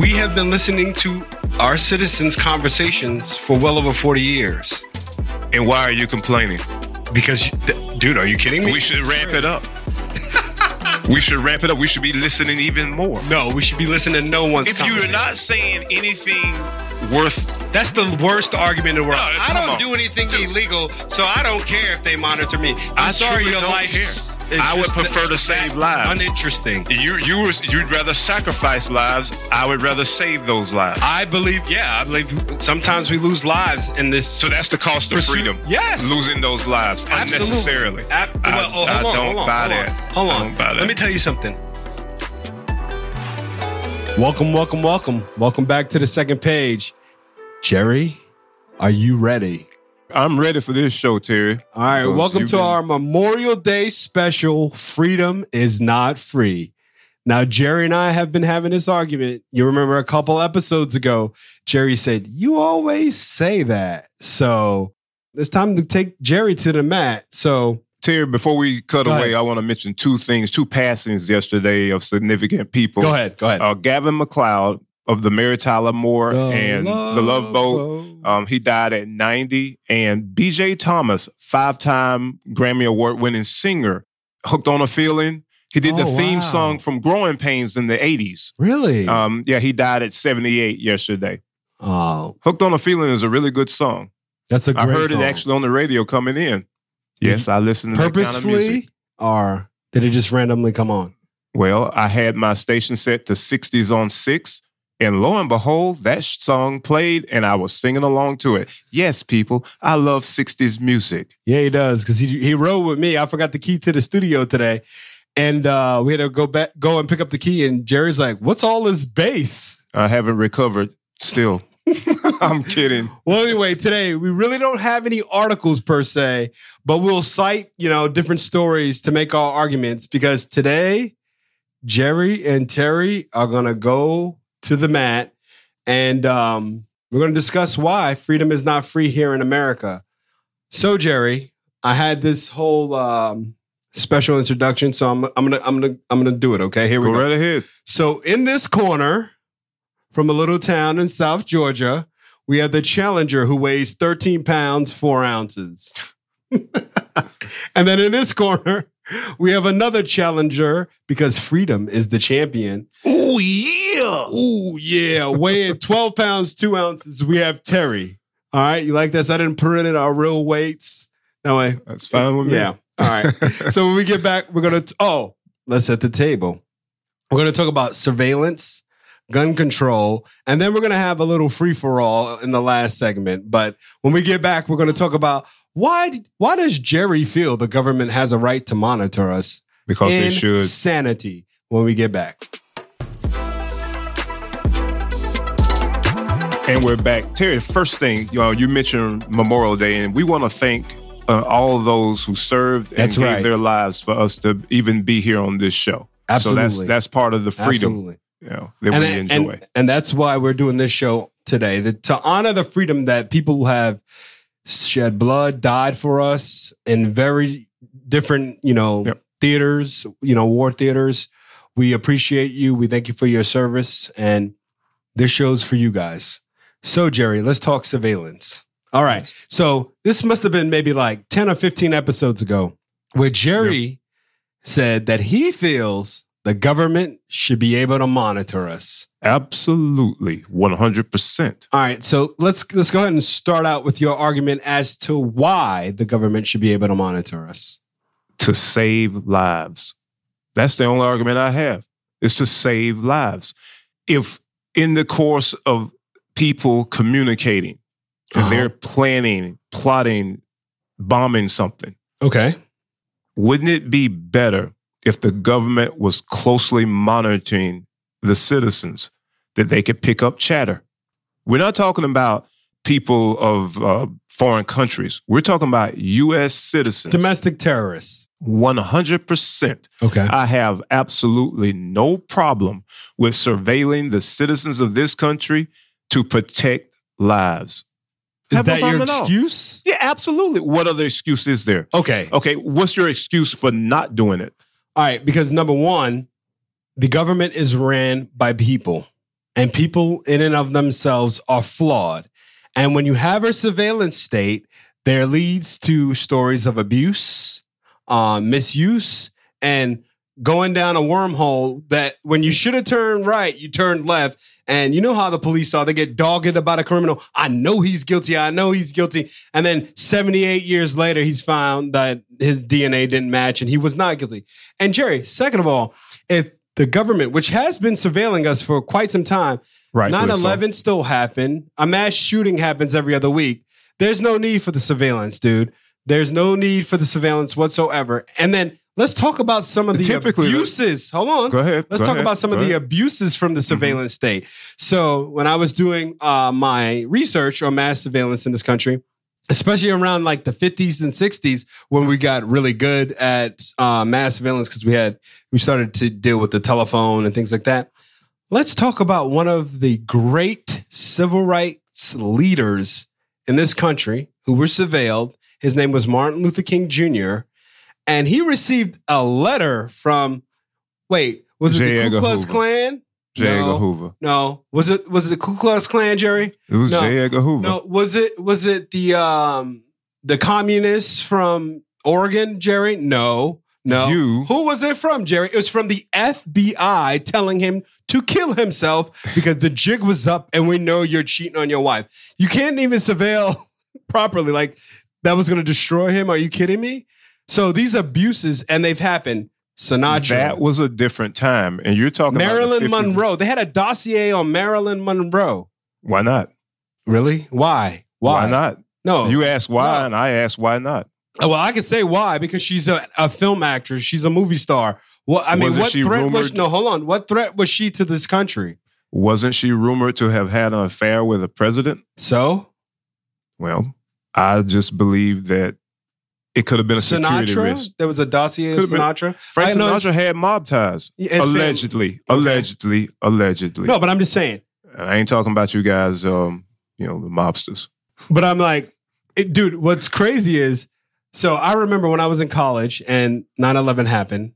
We have been listening to our citizens' conversations for well over 40 years. And why are you complaining? Because, you- th- dude, are you kidding me? We should ramp it up. we should ramp it up. We should be listening even more. No, we should be listening to no one's If you're conversation. not saying anything worth, That's the worst argument in the world. No, I come don't on. do anything illegal, so I don't care if they monitor me. I'm I sorry truly your don't life care. is I would just prefer to save lives. Uninteresting. you you was- you'd rather sacrifice lives. I would rather save those lives. I believe, yeah, I believe sometimes we lose lives in this. So that's the cost of Pursuit- freedom. Yes. losing those lives Absolutely. unnecessarily. Ab- I- well, oh, I hold on, don't hold on, buy hold that. on, Hold I on. don't buy that. Let me tell you something. Welcome, welcome, welcome. Welcome back to the second page. Jerry, are you ready? I'm ready for this show, Terry. All right, Because welcome you've to been- our Memorial Day special Freedom is Not Free. Now, Jerry and I have been having this argument. You remember a couple episodes ago, Jerry said, You always say that. So it's time to take Jerry to the mat. So, Terry, before we cut Go away, ahead. I want to mention two things, two passings yesterday of significant people. go ahead, go ahead. Uh, Gavin McLeod of the Mary Tyler Moore and the Love Boat. Um, he died at 90. And BJ Thomas, five time Grammy Award winning singer, hooked on a feeling. He did the Oh, theme wow. song from Growing Pains in the 80s. really? Um, yeah, he died at 78 yesterday. oh, Hooked on a Feeling is a really good song. that's a great I heard song. it actually on the radio coming in. Yes, I listen to that kind of purposefully music. or did it just randomly come on? Well, I had my station set to 60s on 6, and lo and behold, that sh- song played, and I was singing along to it. Yes, people, I love 60s music. Yeah, he does because he he rode with me. I forgot the key to the studio today, and uh, we had to go back, go and pick up the key. And Jerry's like, "What's all this bass?" I haven't recovered still. I'm kidding. Well, anyway, today we really don't have any articles per se, but we'll cite you know different stories to make our arguments because today Jerry and Terry are gonna go to the mat, and um, we're gonna discuss why freedom is not free here in America. So, Jerry, I had this whole um, special introduction, so I'm I'm gonna I'm gonna I'm gonna do it. Okay, here we Go go. right ahead. So in this corner, from a little town in South Georgia, we have the challenger who weighs 13 pounds, four ounces. and then in this corner, we have another challenger because freedom is the champion. Oh, yeah. Ooh, yeah. Weighing 12 pounds, two ounces, we have Terry. All right. You like this? I didn't print in our real weights. That way. That's fine with me. Yeah. All right so when we get back, we're gonna t- oh, let's set the table. We're gonna talk about surveillance, gun control, and then we're gonna have a little free for all in the last segment. But when we get back, we're gonna talk about why why does Jerry feel the government has a right to monitor us? because they should. Insanity. When we get back, And we're back. Terry, first thing, you know, you mentioned Memorial Day, and we want to thank uh, all of those who served and That's gave right. their lives for us to even be here on this show. So Absolutely. that's, that's part of the freedom Absolutely. you know, that we and, enjoy. And, and that's why we're doing this show today that to honor the freedom that people have shed blood, died for us in very different, you know, Yep. theaters, you know, war theaters. We appreciate you. We thank you for your service. And this show's for you guys. So, Jerry, let's talk surveillance. All right. So, this must have been maybe like 10 or 15 episodes ago where Jerry said that he feels the government should be able to monitor us. Absolutely, one hundred percent. All right, so let's let's go ahead and start out with your argument as to why the government should be able to monitor us. To save lives, that's the only argument I have. Is to save lives. If in the course of people communicating, and Uh-huh. they're planning, plotting, bombing something, Okay. wouldn't it be better if the government was closely monitoring the citizens that they could pick up chatter? We're not talking about people of uh, foreign countries. We're talking about U.S. citizens. Domestic terrorists. 100%. Okay. I have absolutely no problem with surveilling the citizens of this country to protect lives. Is Have no that your problem at all. excuse? Yeah, absolutely. What other excuse is there? Okay. All Okay, what's your excuse for not doing it? right, because number 1, the government is ran by people. and people in and of themselves are flawed. And when you have a surveillance state, there leads to stories of abuse, uh, misuse, and going down a wormhole that when you should have turned right, you turned left. And you know how the police are. They get dogged about a criminal. I know he's guilty. I know he's guilty. And then 78 years later, he's found that his DNA didn't match and he was not guilty. And Jerry, second of all, if the government, which has been surveilling us for quite some time, Right. 9 11 still happened. A mass shooting happens every other week. There's no need for the surveillance, dude. There's no need for the surveillance whatsoever. And then let's talk about some of the Typically, the- abuses. Hold on. Go ahead. Let's go talk ahead, about some of go the uh, ahead. Mm-hmm. abuses from the surveillance state. So, when I was doing uh, my research on mass surveillance in this country, especially around like the 50s and 60s, when we got really good at uh, mass surveillance because we had we started to deal with the telephone and things like that. Let's talk about one of the great civil rights leaders in this country who were surveilled. His name was Martin Luther King Jr. And he received a letter from, wait, was it J. the Ku Edgar Klux Hoover. Klan? J. Edgar No. Hoover. No. Was it was it the Ku Klux Klan, Jerry? It was No. J. Edgar Hoover. No. Was it was it the um the communists from Oregon, Jerry? No. No. You- Who was it from, Jerry? It was from the FBI telling him to kill himself because the jig was up and we know you're cheating on your wife. You can't even surveil properly. Like that was going to destroy him. Are you kidding me? So these abuses and they've happened. Sinatra. That was a different time. And you're talking about the Marilyn 50s. Monroe. They had a dossier on Marilyn Monroe. Why not? Really? Why? Why, Why, not? No. You asked why, No. and I asked why not. Oh, well, I can say why because she's a, a film actress. She's a movie star. Well, I mean, Wasn't what she threat was? rumored- No, hold on. What threat was she to this country? Wasn't she rumored to have had an affair with a president? So Well, I just believe that it could have been a security Sinatra. risk. There was a dossier of Could've been- Sinatra. Frank I know it's- Sinatra had mob ties. It's fam- Allegedly, allegedly, allegedly. No, but I'm just saying. And I ain't talking about you guys, um, you know, the mobsters. But I'm like, it- dude, what's crazy is so I remember when I was in college and 9 11 happened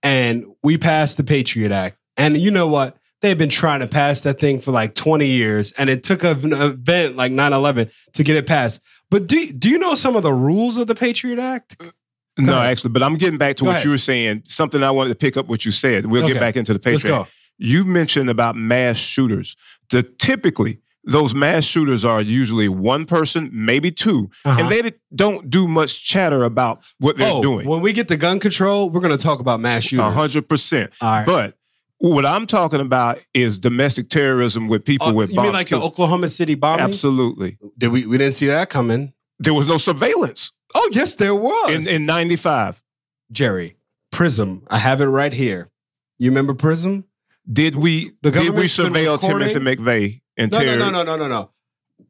and we passed the Patriot Act. And you know what? They've been trying to pass that thing for like 20 years and it took an event like 9 11 to get it passed. But do, do you know some of the rules of the Patriot Act? No, ahead. actually, but I'm getting back to Go what ahead. you were saying. Something I wanted to pick up what you said. We'll Okay. get back into the Let's Patriot go. You mentioned about mass shooters. The typically those mass shooters are usually one person, maybe 2 Uh-huh. and they d- don't do much chatter about what they're oh, doing. when we get to gun control, we're going to talk about mass shooters. A hundred percent. All right. But what I'm talking about is domestic terrorism with people Uh, with you bombs. mean like the too. Oklahoma City bombing? Absolutely. Did we, we didn't see that coming. There was no surveillance Oh, yes, there was. in, in 95. Jerry, Prism. I have it right here. You remember Prism? Did we The did we government's been surveil recording- Timothy McVeigh and No, no, Terry? no, no, no, no, no.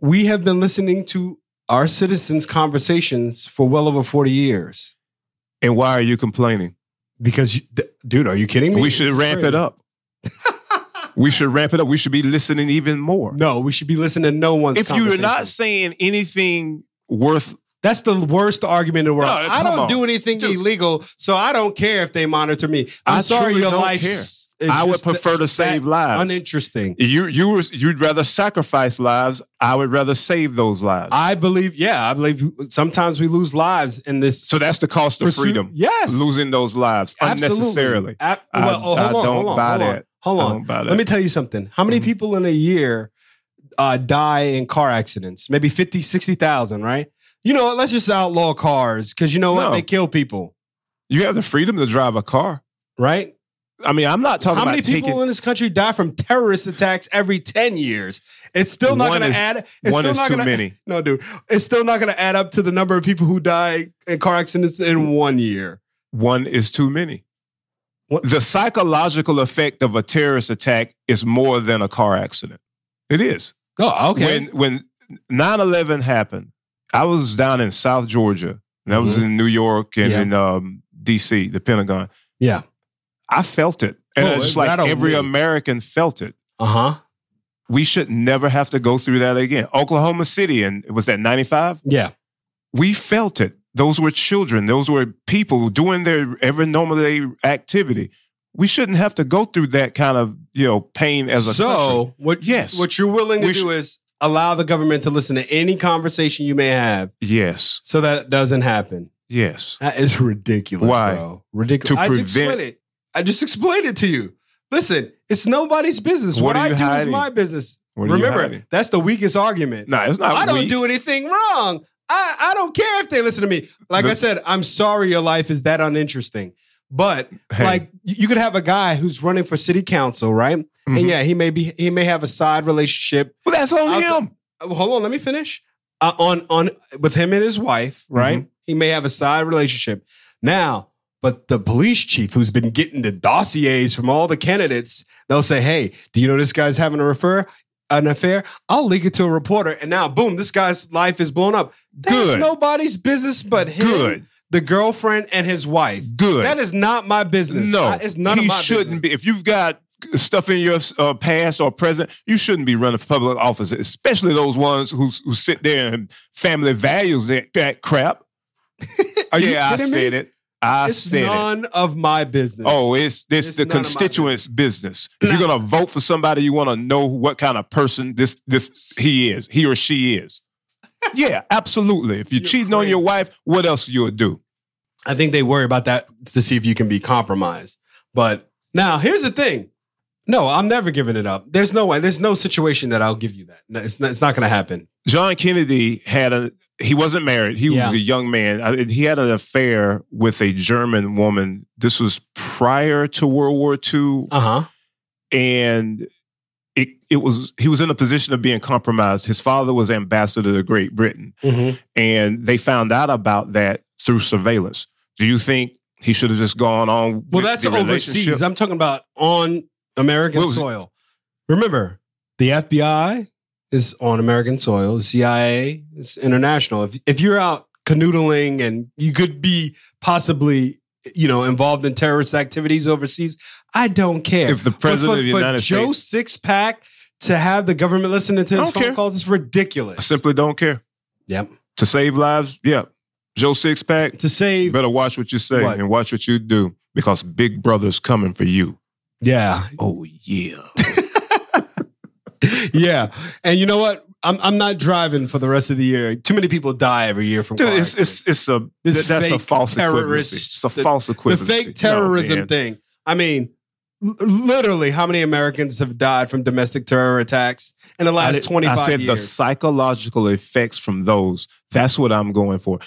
We have been listening to our citizens' conversations for well over 40 years. And why are you complaining? Because, you, d- dude, are you kidding me? We should It's ramp it crazy. up. we should ramp it up. We should be listening even more. No, we should be listening to no one's if you're not conversations. saying anything worth That's the worst argument in the world. No, I come don't on. do anything Dude. illegal, so I don't care if they monitor me. I'm I sorry truly your don't life care. I would prefer to save lives. Uninteresting. you you were, you'd rather sacrifice lives. I would rather save those lives. I believe, yeah, I believe sometimes we lose lives in this so that's the cost of pursuit- freedom. Yes. Losing those lives Absolutely. unnecessarily. Ab- I- well, oh, hold I on, don't hold on, buy hold on, that. hold I on. don't buy that. Mm-hmm. Let me tell you something. How many people in a year uh, die in car accidents? Maybe 50, 60,000, right? You know what? Let's just outlaw cars because you know what? No. They kill people, You have the freedom to drive a car. right? I mean, I'm not talking How many about taking. people in this country die from terrorist attacks every 10 years? It's still not One going to is- add. It's one still is not too gonna, many. No, dude. It's still not going to add up to the number of people who die in car accidents in Mm. one year. One is too many. What? The psychological effect of a terrorist attack is more than a car accident. It is. Oh, okay. When when 9-11 happened, I was down in South Georgia. And I was in New York and Mm-hmm. Yeah. in um, DC, the Pentagon. Yeah. I felt it. And Oh, it's it just like rattled every me. American felt it. Uh huh. We should never have to go through that again. Oklahoma City, and was that 95? Yeah. We felt it. Those were children. Those were people doing their every normal day activity. we shouldn't have to go through that kind of you know pain as a country. so what? Yes. what you're willing to We do is allow the government to listen to any conversation you may have, Yes, so that doesn't happen. yes. That is ridiculous. Why? Bro. Ridiculous. To I just prevent- explained it. I just explained it to you. Listen, it's nobody's business. What, What are I do you is hiding? my business. What are you Remember, hiding? that's the weakest argument. No, it's not. I don't weak. do anything wrong. I, I don't care if they listen to me. Like The- I said, I'm sorry your life is that uninteresting. But Hey. like you you could have a guy who's running for city council, right? And Mhm. yeah, he may be he may have a side relationship. Well, that's on I'll- him. Uh, Hold on, let me finish. Uh, on on with him and his wife, Mm-hmm. right? He may have a side relationship. Now, but the police chief who's been getting the dossiers from all the candidates, they'll say, "Hey, do you know this guy's having a refer an affair?" I'll leak it to a reporter, and now, boom, this guy's life is blown up. That's Good. nobody's business but him, Good. the girlfriend, and his wife. Good. That is not my business. no, I- it's none he of my shouldn't business. be. If you've got stuff in your uh, past or present, you shouldn't be running for public office, especially those ones who who sit there and family values that, that crap. Oh, Are you yeah, I kidding me? said it. I It's said it. none of my business. Oh, it's this It's the none of my constituents' business. If you're gonna vote for somebody, you want to know what kind of person this this he is, he or she is. yeah, absolutely. If you're, You're cheating on crazy. your wife, what else you'll do? I think they worry about that to see if you can be compromised. But now here's the thing. No, I'm never giving it up. There's no way. There's no situation that I'll give you that. No, it's not, it's not going to happen. John Kennedy had a he wasn't married. He Yeah. was a young man. I- He had an affair with a German woman. This was prior to World War II, Uh huh. and it it was he was in a position of being compromised. His father was ambassador to Great Britain. and they found out about that through surveillance. Do you think he should have just gone on? with Well, that's the overseas. relationship? I'm talking about on American What was it? soil. Remember, the FBI is on American soil. The CIA is international. If if you're out canoodling and you could be possibly you know involved in terrorist activities overseas, I don't care. If the But president for, of the for United Joe States- Six Pack to have the government listening to I his don't phone care. calls is I ridiculous. simply don't care. Yep. To save lives, yeah. Joe Sixpack, To you save, better watch what you say What? and watch what you do because Big Brother's coming for you. yeah, Oh yeah. yeah, and you know what? I'm I'm not driving for the rest of the year. Too many people die every year from Dude, car it's, it's it's a This that- that's a fake false terrorist- equivalency. It's a the- false equivalency. the fake No, terrorism man. thing. I mean, l- literally, how many Americans have died from domestic terror attacks in the I last did- 25 I said the years? psychological effects from those. That's what I'm going for.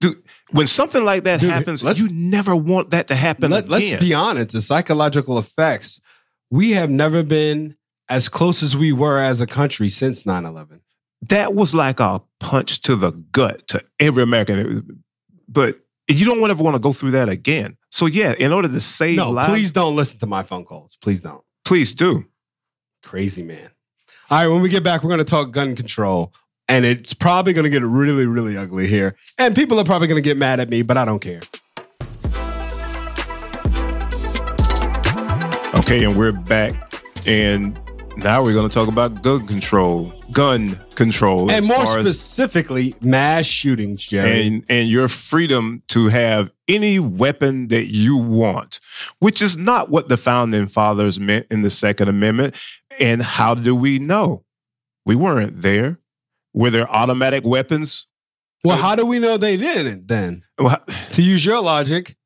Dude, when something like that Dude, happens, let's- you never want that to happen Let, again. let's be honest, the psychological effects. We have never been as close as we were as a country since 9 11. that was like a punch to the gut to every American. It was- But you don't want- ever want to go through that again. So yeah, in order to save No, lives, please don't listen to my phone calls. Please don't. please do. Crazy man. All right, when we get back, we're going to talk gun control. And it's probably going to get really, really ugly here. And people are probably going to get mad at me, but I don't care. Okay, and we're back, and now we're going to talk about gun control, gun control, And as more far as- specifically, mass shootings, Jerry. and and your freedom to have any weapon that you want, which is not what the founding fathers meant in the Second Amendment. And how do we know? We weren't there. Were there automatic weapons? well, how do we know they didn't then? Well, To use your logic,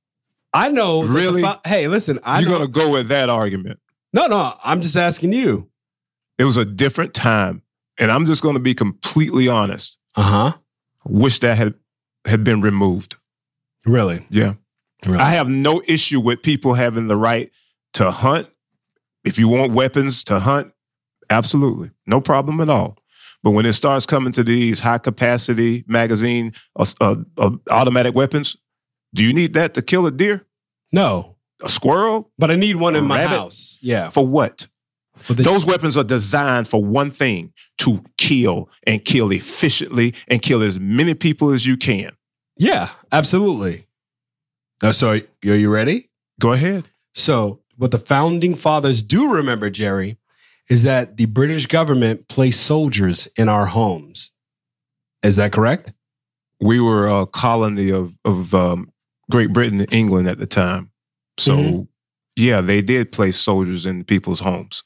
I know. that the Really? fi- hey, listen, I You're know. going to go with that argument. no, no, I'm just asking you. It was a different time, and I'm just going to be completely honest. Uh Uh-huh. huh. Wish that had had been removed. Really? Yeah. Really? I have no issue with people having the right to hunt. If you want weapons to hunt, absolutely. No problem at all. But when it starts coming to these high capacity magazine uh, uh, uh, automatic weapons, do you need that to kill a deer, no, a squirrel? but I need one in my Rabbit? house. Yeah. For what? For the, Those weapons are designed for one thing to kill and kill efficiently and kill as many people as you can. yeah, absolutely. Oh, Uh, so, are you ready? Go ahead. So, what the founding fathers do remember, Jerry, is that the British government placed soldiers in our homes. Is that correct? we were a colony of of um, Great Britain and England at the time. So Mhm. yeah, they did place soldiers in people's homes.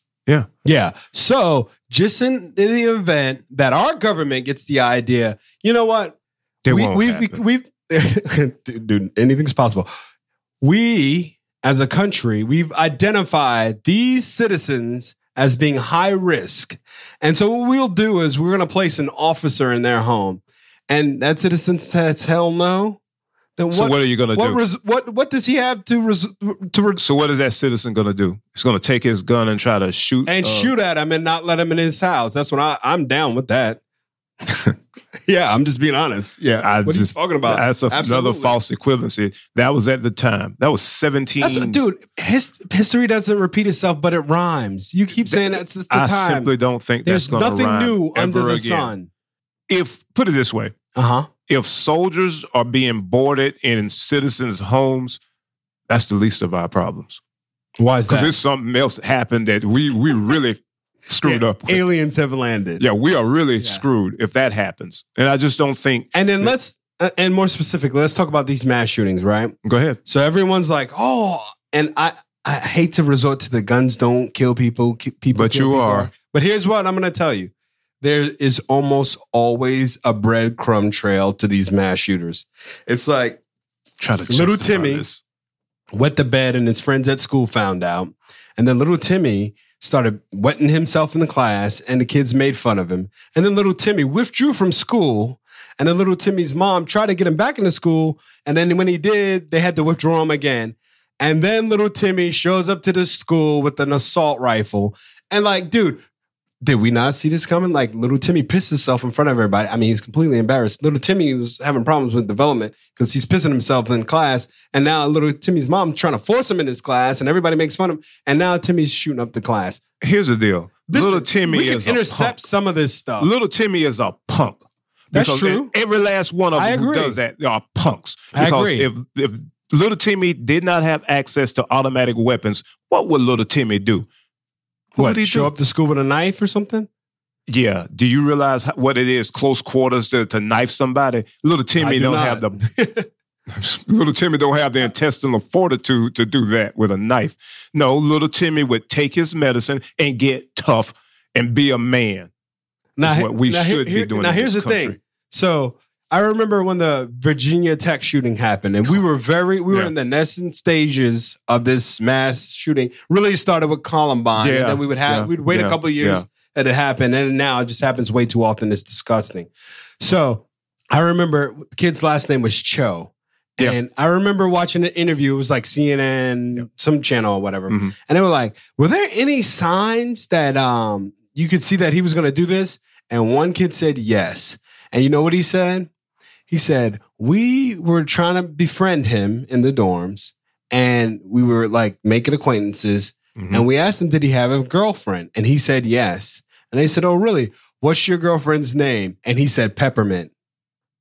Yeah. So just in, in the event that our government gets the idea, you know what? They we, won't we've, happen. we've, dude, dude, anything's possible. We, as a country, we've identified these citizens as being high risk. And so what we'll do is we're going to place an officer in their home. And that citizen says, hell no. Then what, so what are you gonna what, do? res, what, what does he have to, res, to re, so what is that citizen gonna do? He's gonna take his gun and try to shoot and uh, shoot at him and not let him in his house. That's when I, I'm down with that. yeah, I'm just being honest. Yeah, I what just- are you talking about? That's a, another Absolutely. false equivalency. That was at the time. That was seventeen. That's, dude, his, history doesn't repeat itself, but it rhymes. You keep saying that's the I time. simply don't think There's that's going to nothing rhyme new under ever the again. sun. If put it this way, Uh huh. if soldiers are being boarded in citizens' homes, that's the least of our problems. Why is Because there's something else that happened that we we really screwed Yeah, up. With. Aliens have landed. Yeah, we are really Yeah. screwed if that happens. And I just don't think. And then let's, uh, and more specifically, let's talk about these mass shootings, right? Go ahead. So everyone's like, oh, and I, I hate to resort to the guns don't kill people. ki- People, But kill you people. are. But here's what I'm going to tell you: there is almost always a breadcrumb trail to these mass shooters. It's like Try to Little justify Timmy. this. wet the bed, and his friends at school found out, and then little Timmy started wetting himself in the class, and the kids made fun of him, and then little Timmy withdrew from school. And then little Timmy's mom tried to get him back into school. And then when he did, they had to withdraw him again. And then little Timmy shows up to the school with an assault rifle. And like, dude, did we not see this coming? Like, little Timmy pissed himself in front of everybody. I mean, he's completely embarrassed. Little Timmy was having problems with development because he's pissing himself in class. And now little Timmy's mom trying to force him in his class, and everybody makes fun of him. And now Timmy's shooting up the class. Here's the deal. This- Little Timmy we can is a punk. intercept some of this stuff. Little Timmy is a punk. That's Because e- true. Every last one of I them who agree. does that are punks. I Because agree. if if little Timmy did not have access to automatic weapons, what would little Timmy do? What what? would he Show do? up to school with a knife or something? Yeah. Do you realize how, what it is close quarters to, to knife somebody? Little Timmy do don't not. have the little Timmy don't have the intestinal fortitude to do that with a knife. No, little Timmy would take his medicine and get tough and be a man. Now, what we now, here- should be here- doing Now, in here's this the country. thing. So I remember when the Virginia Tech shooting happened, and we were very, we were Yeah. in the nascent stages of this mass shooting. Really started with Columbine, Yeah, and then we would have, yeah, we'd wait a yeah, couple of years yeah. that it happened, and now it just happens way too often. It's disgusting. So I remember the kid's last name was Cho. Yeah. And I remember watching an interview. It was like CNN, some channel or whatever. Mhm. And they were like, "Were there any signs that um you could see that he was going to do this?" And one kid said, "Yes." And you know what he said? He said, "We were trying to befriend him in the dorms, and we were like making acquaintances, Mhm. and we asked him, did he have a girlfriend?' And he said, "Yes." And they said, "Oh, really? What's your girlfriend's name?" And he said, "Peppermint."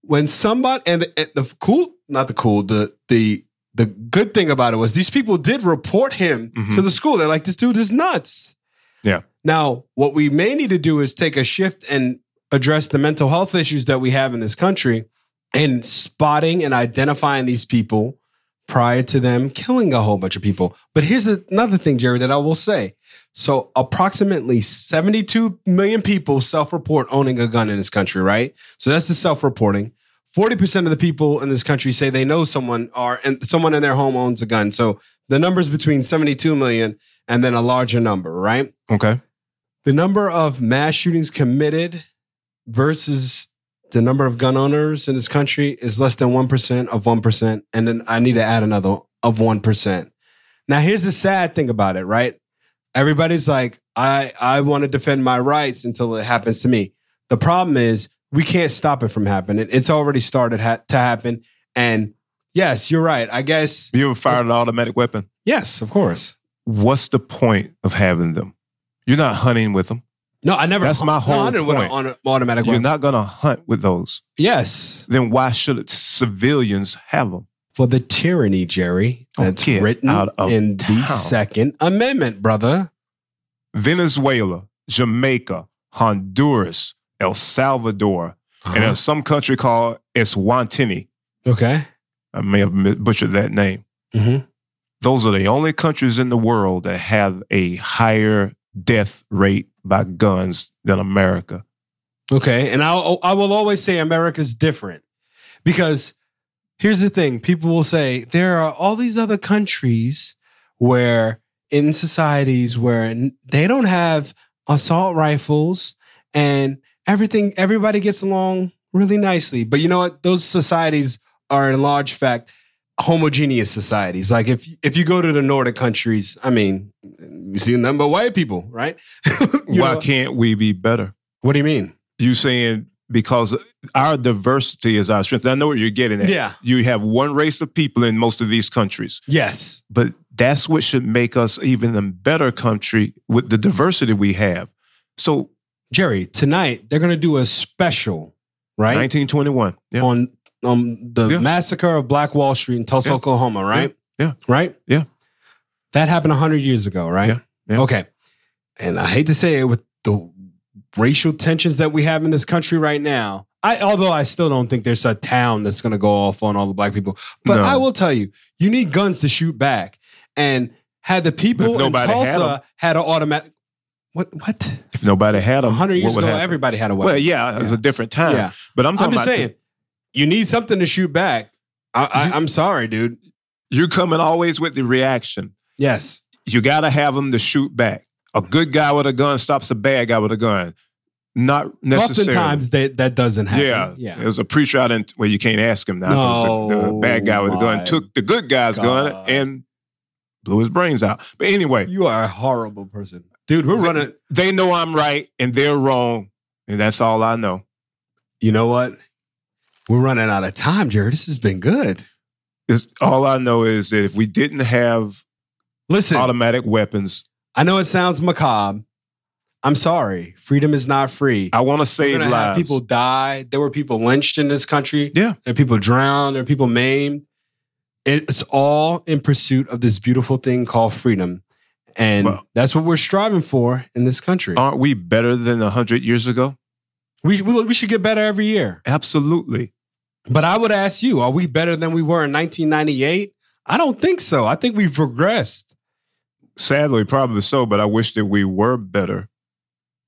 When somebody and the, and the cool, not the cool, the the the good thing about it was these people did report him Mhm. to the school. They're like, this dude is nuts. Yeah. Now, what we may need to do is take a shift and address the mental health issues that we have in this country and spotting and identifying these people prior to them killing a whole bunch of people. But here's another thing, Jerry, that I will say. So, approximately 72 million people self report owning a gun in this country, right? So, that's the self reporting. 40% of the people in this country say they know someone or and someone in their home owns a gun. So the number's between 72 million and then a larger number, right? Okay. The number of mass shootings committed versus the number of gun owners in this country is less than 1% of 1%. And then I need to add another of 1%. Now here's the sad thing about it, right? Everybody's like, I, I want to defend my rights until it happens to me. The problem is we can't stop it from happening. It's already started ha- to happen. And yes, you're right. I guess. You ever fired an automatic weapon? Yes, of course. What's the point of having them? You're not hunting with them. No, I never. That's my No, I whole didn't want point. an auto- automatic You're weapon. not going to hunt with those. yes, Then why should civilians have them? for the tyranny, Jerry. Don't That's Oh, get written out of in the town. Second Amendment, brother. Venezuela, Jamaica, Honduras, El Salvador, and there's some country called Eswatini. okay. I may have mi- butchered that name. hmm Those are the only countries in the world that have a higher death rate by guns than America. Okay, and I I will always say America's different because here's the thing: people will say there are all these other countries where in societies where n- they don't have assault rifles and everything, everybody gets along really nicely. But you know what? Those societies are in large fact homogeneous societies. Like if if you go to the Nordic countries, I mean, you see a number of white people, right? You Why know- can't we be better? what do you mean? you saying because our diversity is our strength. I know what you're getting at. Yeah. You have one race of people in most of these countries, Yes. but that's what should make us even a better country with the diversity we have. So Jerry, tonight they're going to do a special, right? 1921. Yeah. On um the Yeah. massacre of Black Wall Street in Tulsa, Yeah. Oklahoma, right? Yeah. Right? Yeah. That happened 100 years ago, right? Yeah. Yeah. Okay. And I hate to say it with the racial tensions that we have in this country right now. I although I still don't think there's a town that's going to go off on all the black people. But No. I will tell you, you need guns to shoot back. And had the people in nobody had 'em. Tulsa had, an automatic what what? If nobody had them, 100 years what would ago happen? everybody had a weapon. Well, yeah, it was a different time. Yeah. But I'm I'm, talking just about saying, you need something to shoot back. I, I, I'm sorry, dude. you're coming always with the reaction. Yes. You got to have them to shoot back. A good guy with a gun stops a bad guy with a gun. Not necessarily. Oftentimes that, that doesn't Yeah, happen. It was a preacher out in well, you can't ask him now. No, 'cause the, the bad guy with a my gun took the good guy's gun God. and blew his brains out. But anyway, You are a horrible person. Dude, we're running. they know I'm right and they're wrong, and that's all I know. You know what? We're running out of time, Jared. This has been good. It's, all I know is that if we didn't have Listen, automatic weapons, I know it sounds macabre. I'm sorry. Freedom is not free. I want to We're save gonna have lives. people die. There were people lynched in this country. Yeah. There are people drowned. There are people maimed. It's all in pursuit of this beautiful thing called freedom. And Well- Oh. that's what we're striving for in this country. Aren't we better than hundred years ago? we, we, we should get better every year. Absolutely. But I would ask you, are we better than we were in 1998? I don't think so. I think we've regressed. Sadly, probably so. But I wish that we were better.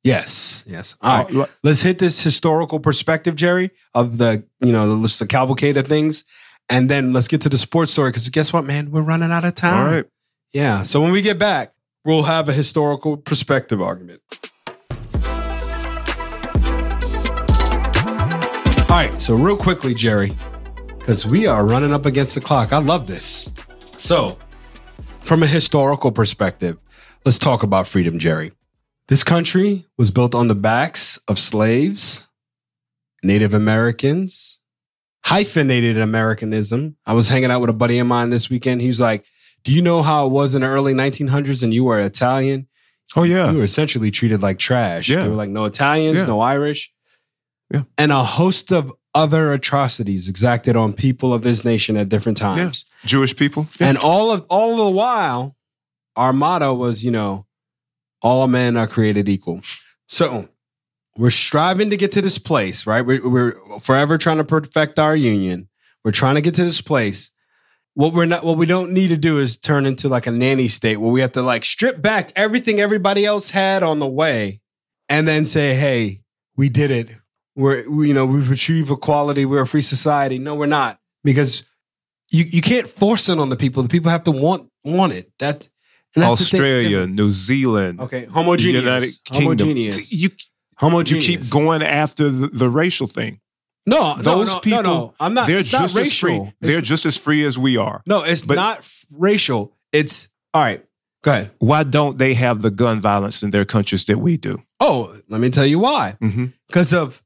Yes. Yes. All right. Uh, li- let's hit this historical perspective, Jerry, of the you know the, just the cavalcade of things, and then let's get to the sports story because guess what, man, we're running out of all time. right. Yeah. So when we get back, we'll have a historical perspective argument. All right. So real quickly, Jerry, because we are running up against the clock. I love this. So, from a historical perspective, let's talk about freedom, Jerry. This country was built on the backs of slaves, Native Americans, hyphenated Americanism. I was hanging out with a buddy of mine this weekend. He was like, Do you know how it was in the early 1900s and you were Italian? Oh yeah. You were essentially treated like trash. Yeah. They were like, No Italians, Yeah. no Irish. Yeah. And a host of other atrocities exacted on people of this nation at different times. Jewish people. Yeah. And all of all the while, our motto was, you know, all men are created equal. So we're striving to get to this place, right? We're, we're forever trying to perfect our union. We're trying to get to this place. What we're not, what we don't need to do is turn into like a nanny state where we have to like strip back everything everybody else had on the way, and then say, "Hey, we did it. We're, we, you know, we've achieved equality. We're a free society." No, we're not because you you can't force it on the people. The people have to want want it. That and that's the thing. Australia, New Zealand, Okay, homogeneous. United Kingdom. Homogeneous. You, you homogeneous. keep going after the, the racial thing. No, Those no, no, people, No, no. I'm not. they're it's just not as free. racial. They're It's- just as free as we are. no, it's but- not f- racial. It's all right. Go ahead. Why don't they have the gun violence in their countries that we do? Oh, let me tell you why. Mhm. Because of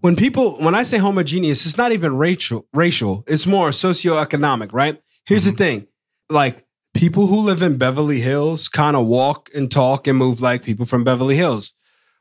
when people when I say homogeneous, it's not even racial. Racial. It's more socioeconomic. Right. Here's the thing. Like people who live in Beverly Hills kind of walk and talk and move like people from Beverly Hills.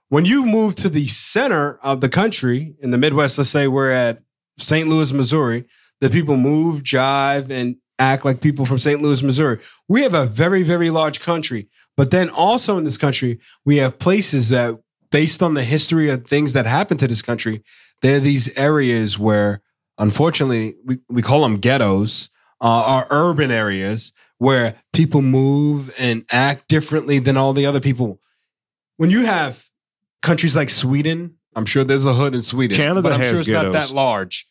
When you move to the center of the country in the Midwest, let's say we're at St. Louis, Missouri, the people move, jive, and act like people from St. Louis, Missouri. We have a very, very large country. But then also in this country, we have places that, based on the history of things that happened to this country, there are these areas where, unfortunately, we, we call them ghettos, uh, are urban areas where people move and act differently than all the other people. When you have countries like Sweden, I'm sure there's a hood in Sweden. Canada but I'm has sure it's not ghettos. that large.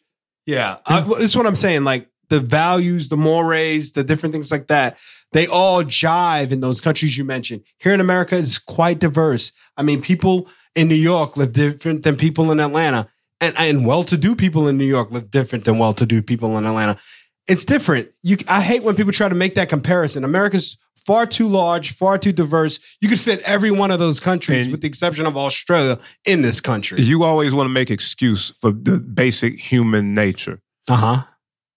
Yeah, I, well, that's what I'm saying. Like the values, the mores, the different things like that. They all jive in those countries you mentioned. Here in America is quite diverse. I mean, people in New York live different than people in Atlanta, and and well-to-do people in New York live different than well-to-do people in Atlanta. It's different. You, I hate when people try to make that comparison. America's far too large, far too diverse. You could fit every one of those countries, And- with the exception of Australia, in this country. You always want to make excuse for the basic human nature. Uh Uh-huh. huh.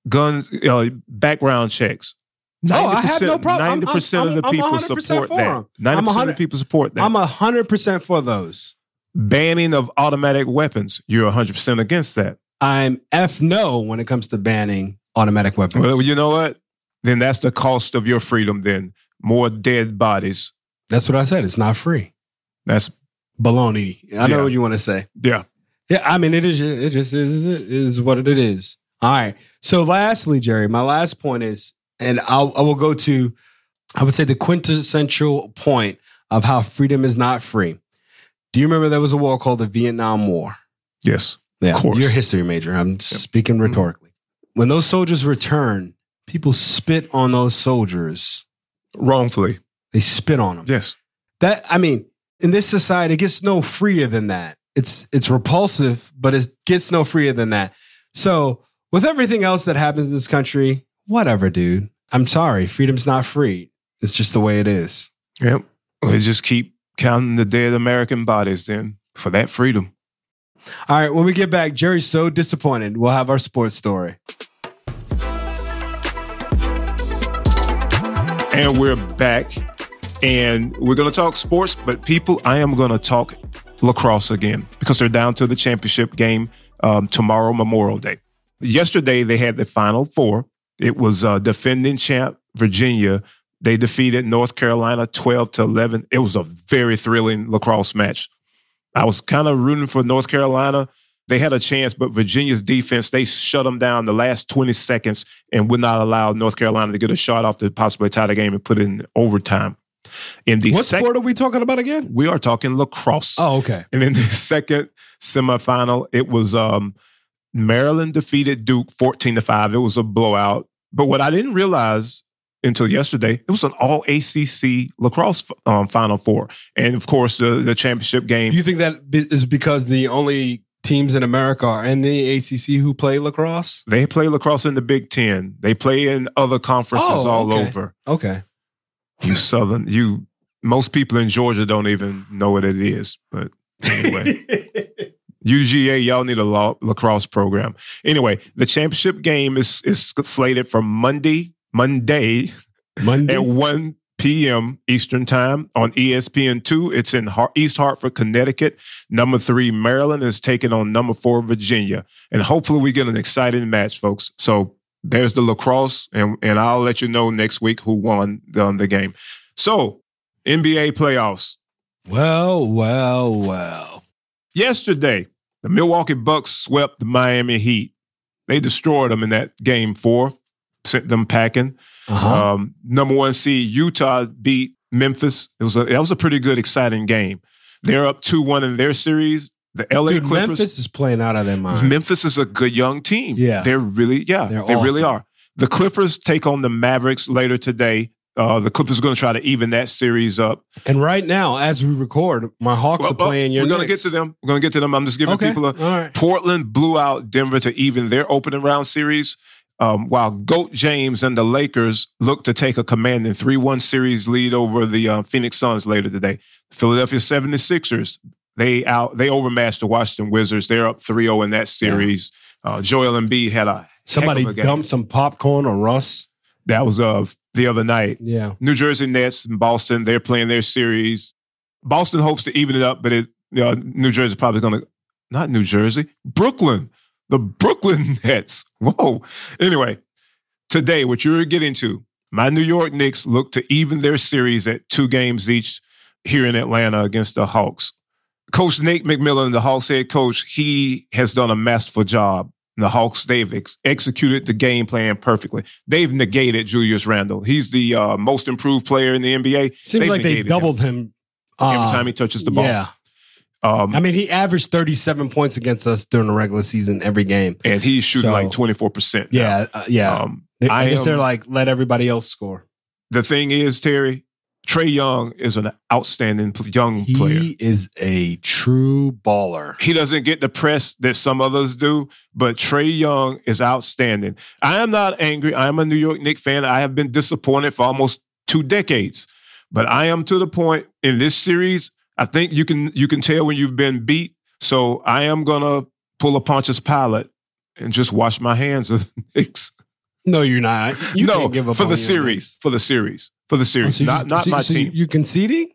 Gun uh, background checks. No, Oh, I have no 90% problem. I'm- 90% of I'm- the I'm people 100% support for 'em. that. I'm 90% of 100 the people support that. I'm a hundred percent for those. Banning of automatic weapons. You're 100% against that. I'm f no when it comes to banning automatic weapons. Well, you know what? Then that's the cost of your freedom, then. More dead bodies. That's what I said. It's not free. That's, Baloney. I Yeah. know what you want to say. yeah. Yeah, I mean it is. It just is, it is what it is. All right. So, lastly, Jerry, my last point is, and I'll, I will go to, I would say the quintessential point of how freedom is not free. Do you remember there was a war called the Vietnam War? Yes. Yeah, Of course. Mm-hmm. You're a history major. I'm speaking rhetorically. When those soldiers return, people spit on those soldiers. Wrongfully. They spit on them. Yes. That I mean, in this society, it gets no freer than that. It's it's repulsive, but it gets no freer than that. So with everything else that happens in this country, whatever, dude. I'm sorry, freedom's not free. It's just the way it is. Yep. We just keep counting the dead American bodies then for that freedom. All right, when we get back, Jerry's so disappointed. We'll have our sports story. And we're back. And we're going to talk sports, but people, I am going to talk lacrosse again because they're down to the championship game um, tomorrow, Memorial Day. Yesterday, they had the final four. It was uh, defending champ Virginia. They defeated North Carolina 12 to 11. It was a very thrilling lacrosse match. I was kind of rooting for North Carolina. They had a chance, but Virginia's defense, they shut them down the last 20 seconds and would not allow North Carolina to get a shot off to possibly tie the game and put it in overtime. In the What sec- sport are we talking about again? we are talking lacrosse. Oh, okay. And in the second semifinal, it was um, Maryland defeated Duke 14 to 5. It was a blowout. But what I didn't realize until yesterday, it was an all ACC lacrosse um, final four. And of course, the, the championship game. You think that be- is because the only teams in America are in the ACC who play lacrosse? They play lacrosse in the Big Ten. They play in other conferences Oh, all okay. over. Okay. You Southern, you most people in Georgia don't even know what it is. But anyway. UGA, y'all need a law, lacrosse program. Anyway, the championship game is is slated for Monday, Monday Monday. at one p.m. Eastern time on E ESPN two. It's in Har- East Hartford, Connecticut. Number three Maryland is taking on number four Virginia, and hopefully we get an exciting match, folks. So there's the lacrosse, and and I'll let you know next week who won the, the game. So NBA playoffs. well, well, well. Yesterday, the Milwaukee Bucks swept the Miami Heat. They destroyed them in that game four, sent them packing. Uh-huh. Um, number one seed Utah beat Memphis. It was a, that was a pretty good, exciting game. They're up 2 1 in their series. The LA Dude, Clippers. Memphis is playing out of their mind. Memphis is a good young team. Yeah. They're really, yeah, They're they really awesome. are. The Clippers take on the Mavericks later today. Uh, the Clippers are going to try to even that series up. and right now, as we record, my Hawks Well, are but playing your we're going to get Knicks. to them. We're going to get to them. I'm just giving Okay. people a, All right. Portland blew out Denver to even their opening round series, um, while Goat James and the Lakers look to take a commanding 3 1 series lead over the uh, Phoenix Suns later today. Philadelphia 76ers, they out they overmatched the Washington Wizards. They're up 3 0 in that series. Uh, Joel Embiid had a Somebody heck of a game. dumped some popcorn on Russ. that was uh, the other night. Yeah. New Jersey Nets and Boston, they're playing their series. Boston hopes to even it up, but it, you know, New Jersey probably going to, not New Jersey, Brooklyn, the Brooklyn Nets. Whoa. Anyway, today, what you're getting to, my New York Knicks look to even their series at two games each here in Atlanta against the Hawks. Coach Nate McMillan, the Hawks head coach, he has done a masterful job The Hawks, they've ex- executed the game plan perfectly. They've negated Julius Randle. He's the uh, most improved player in the NBA. Seems They've like they negated him doubled him. every uh, time he touches the ball. Yeah. Um, I mean, he averaged 37 points against us during the regular season every game. and he's shooting So- like 24%. now. Yeah. uh, yeah. Um, They- I, I guess am- they're like, let everybody else score. the thing is, Terry, Trey Young is an outstanding pl- young He player. is a true baller. He doesn't get the press that some others do, but Trey Young is outstanding. I am not angry. I am a New York Knicks fan. I have been disappointed for almost two decades, but I am to the point in this series. I think you can you can tell when you've been beat. So I am gonna pull a Pontius Pilate and just wash my hands of the Knicks. No, you're not. You no, can't give up for on the your series, for the series, for the Knicks. series, Oh, So you not just- not so- my so team. You, you conceding?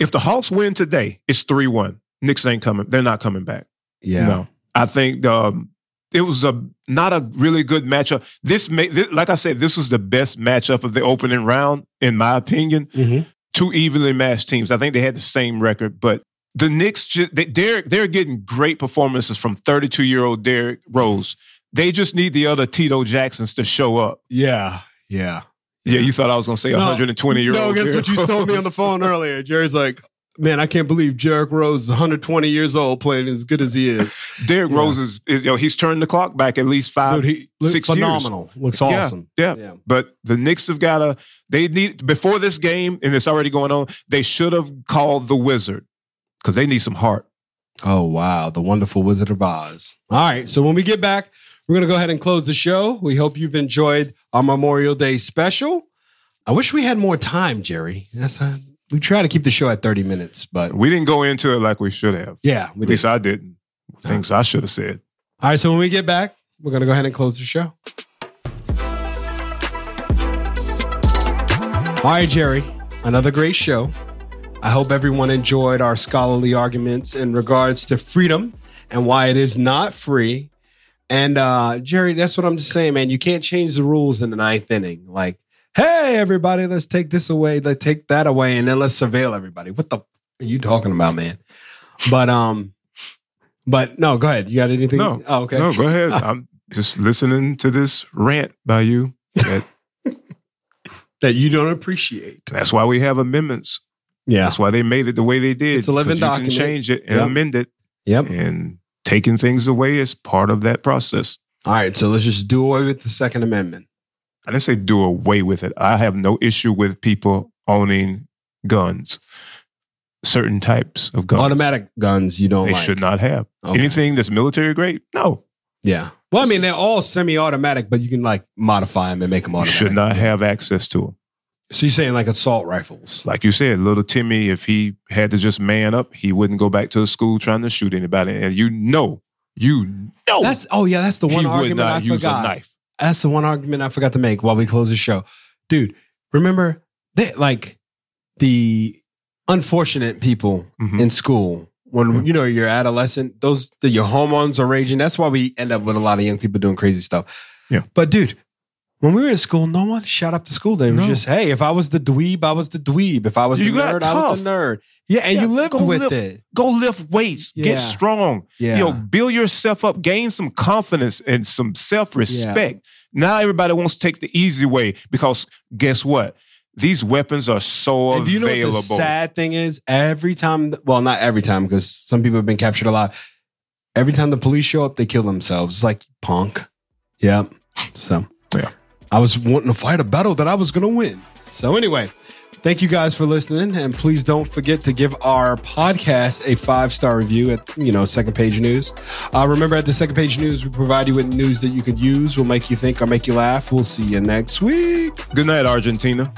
if the Hawks win today, it's three one. Knicks ain't coming. They're not coming back. Yeah. No, I think um, it was a not a really good matchup. This, may, thi- like I said, this was the best matchup of the opening round, in my opinion. Mhm. Two evenly matched teams. I think they had the same record, but the Knicks, ju- they, they're they're getting great performances from 32 year old Derrick Rose. They just need the other Tito Jacksons to show up. Yeah. Yeah. Yeah, you thought I was going to say No. 120 year No, old. guess what you told me on the phone earlier. Jerry's like, man, I can't believe Jarek Rose is 120 years old playing as good as he is. Derrick Yeah. Rose is, is- you know, he's turned the clock back at least five. Dude, he looks six years. phenomenal. Looks awesome. Yeah, yeah. But the Knicks have got to, they need, before this game, and it's already going on, they should have called the Wizard because they need some heart. Oh wow, the wonderful Wizard of Oz. All right, so when we get back, we're going to go ahead and close the show. We hope you've enjoyed our Memorial Day special. I wish we had more time, Jerry. That's uh, we try to keep the show at 30 minutes, but We didn't go into it like we should have. yeah, we At did. least I didn't. Things I should have said. All right, so when we get back, we're going to go ahead and close the show. All right, Jerry, another great show. I hope everyone enjoyed our scholarly arguments in regards to freedom and why it is not free. And uh, Jerry, that's what I'm just saying, man. You can't change the rules in the ninth inning. Like, hey, everybody, let's take this away, let's take that away, and then let's surveil everybody. What the f- are you talking about, man? But um, but no, go ahead. You got anything? No. oh, okay. No, go ahead. I'm just listening to this rant by you. That- that you don't appreciate. that's why we have amendments. Yeah. That's why they made it the way they did. It's a living 'cause you document. Can change it and Yep. amend it. Yep. And taking things away is part of that process. All right. So let's just do away with the Second Amendment. I didn't say do away with it. I have no issue with people owning guns, certain types of guns. Automatic guns you don't They like. should not have Okay. anything that's military grade. No, Yeah. Well, I mean, they're all semi-automatic, but you can like modify them and make them you automatic. should not have access to them. So you're saying like assault rifles? Like you said, little Timmy, if he had to just man up, he wouldn't go back to the school trying to shoot anybody. And you know, you know, That's oh yeah, that's the he one would argument not I use forgot. a knife. That's the one argument I forgot to make while we close the show, dude. Remember that like the unfortunate people Mhm. in school when Mm-hmm. you know you're adolescent those the, your hormones are raging that's why we end up with a lot of young people doing crazy stuff Yeah. but dude when we were in school no one shot up the school they were No. just hey if i was the dweeb i was the dweeb if i was You the nerd got i was the nerd yeah and Yeah, you lived go with live- it Go lift weights, Yeah. get strong. yeah you know, build yourself up, gain some confidence and some self respect. Now everybody wants to take the easy way because guess what? These weapons are so And do you know available. what the sad thing is? Every time, well, not every time, because some people have been captured alive. Every time the police show up, they kill themselves. It's like punk. Yep. So Yeah. I was wanting to fight a battle that I was going to win. So anyway, thank you guys for listening, and please don't forget to give our podcast a five star review at you know Second Page News. Uh, remember, at the Second Page News, we provide you with news that you could use, will make you think, or make you laugh. We'll see you next week. Good night, Argentina.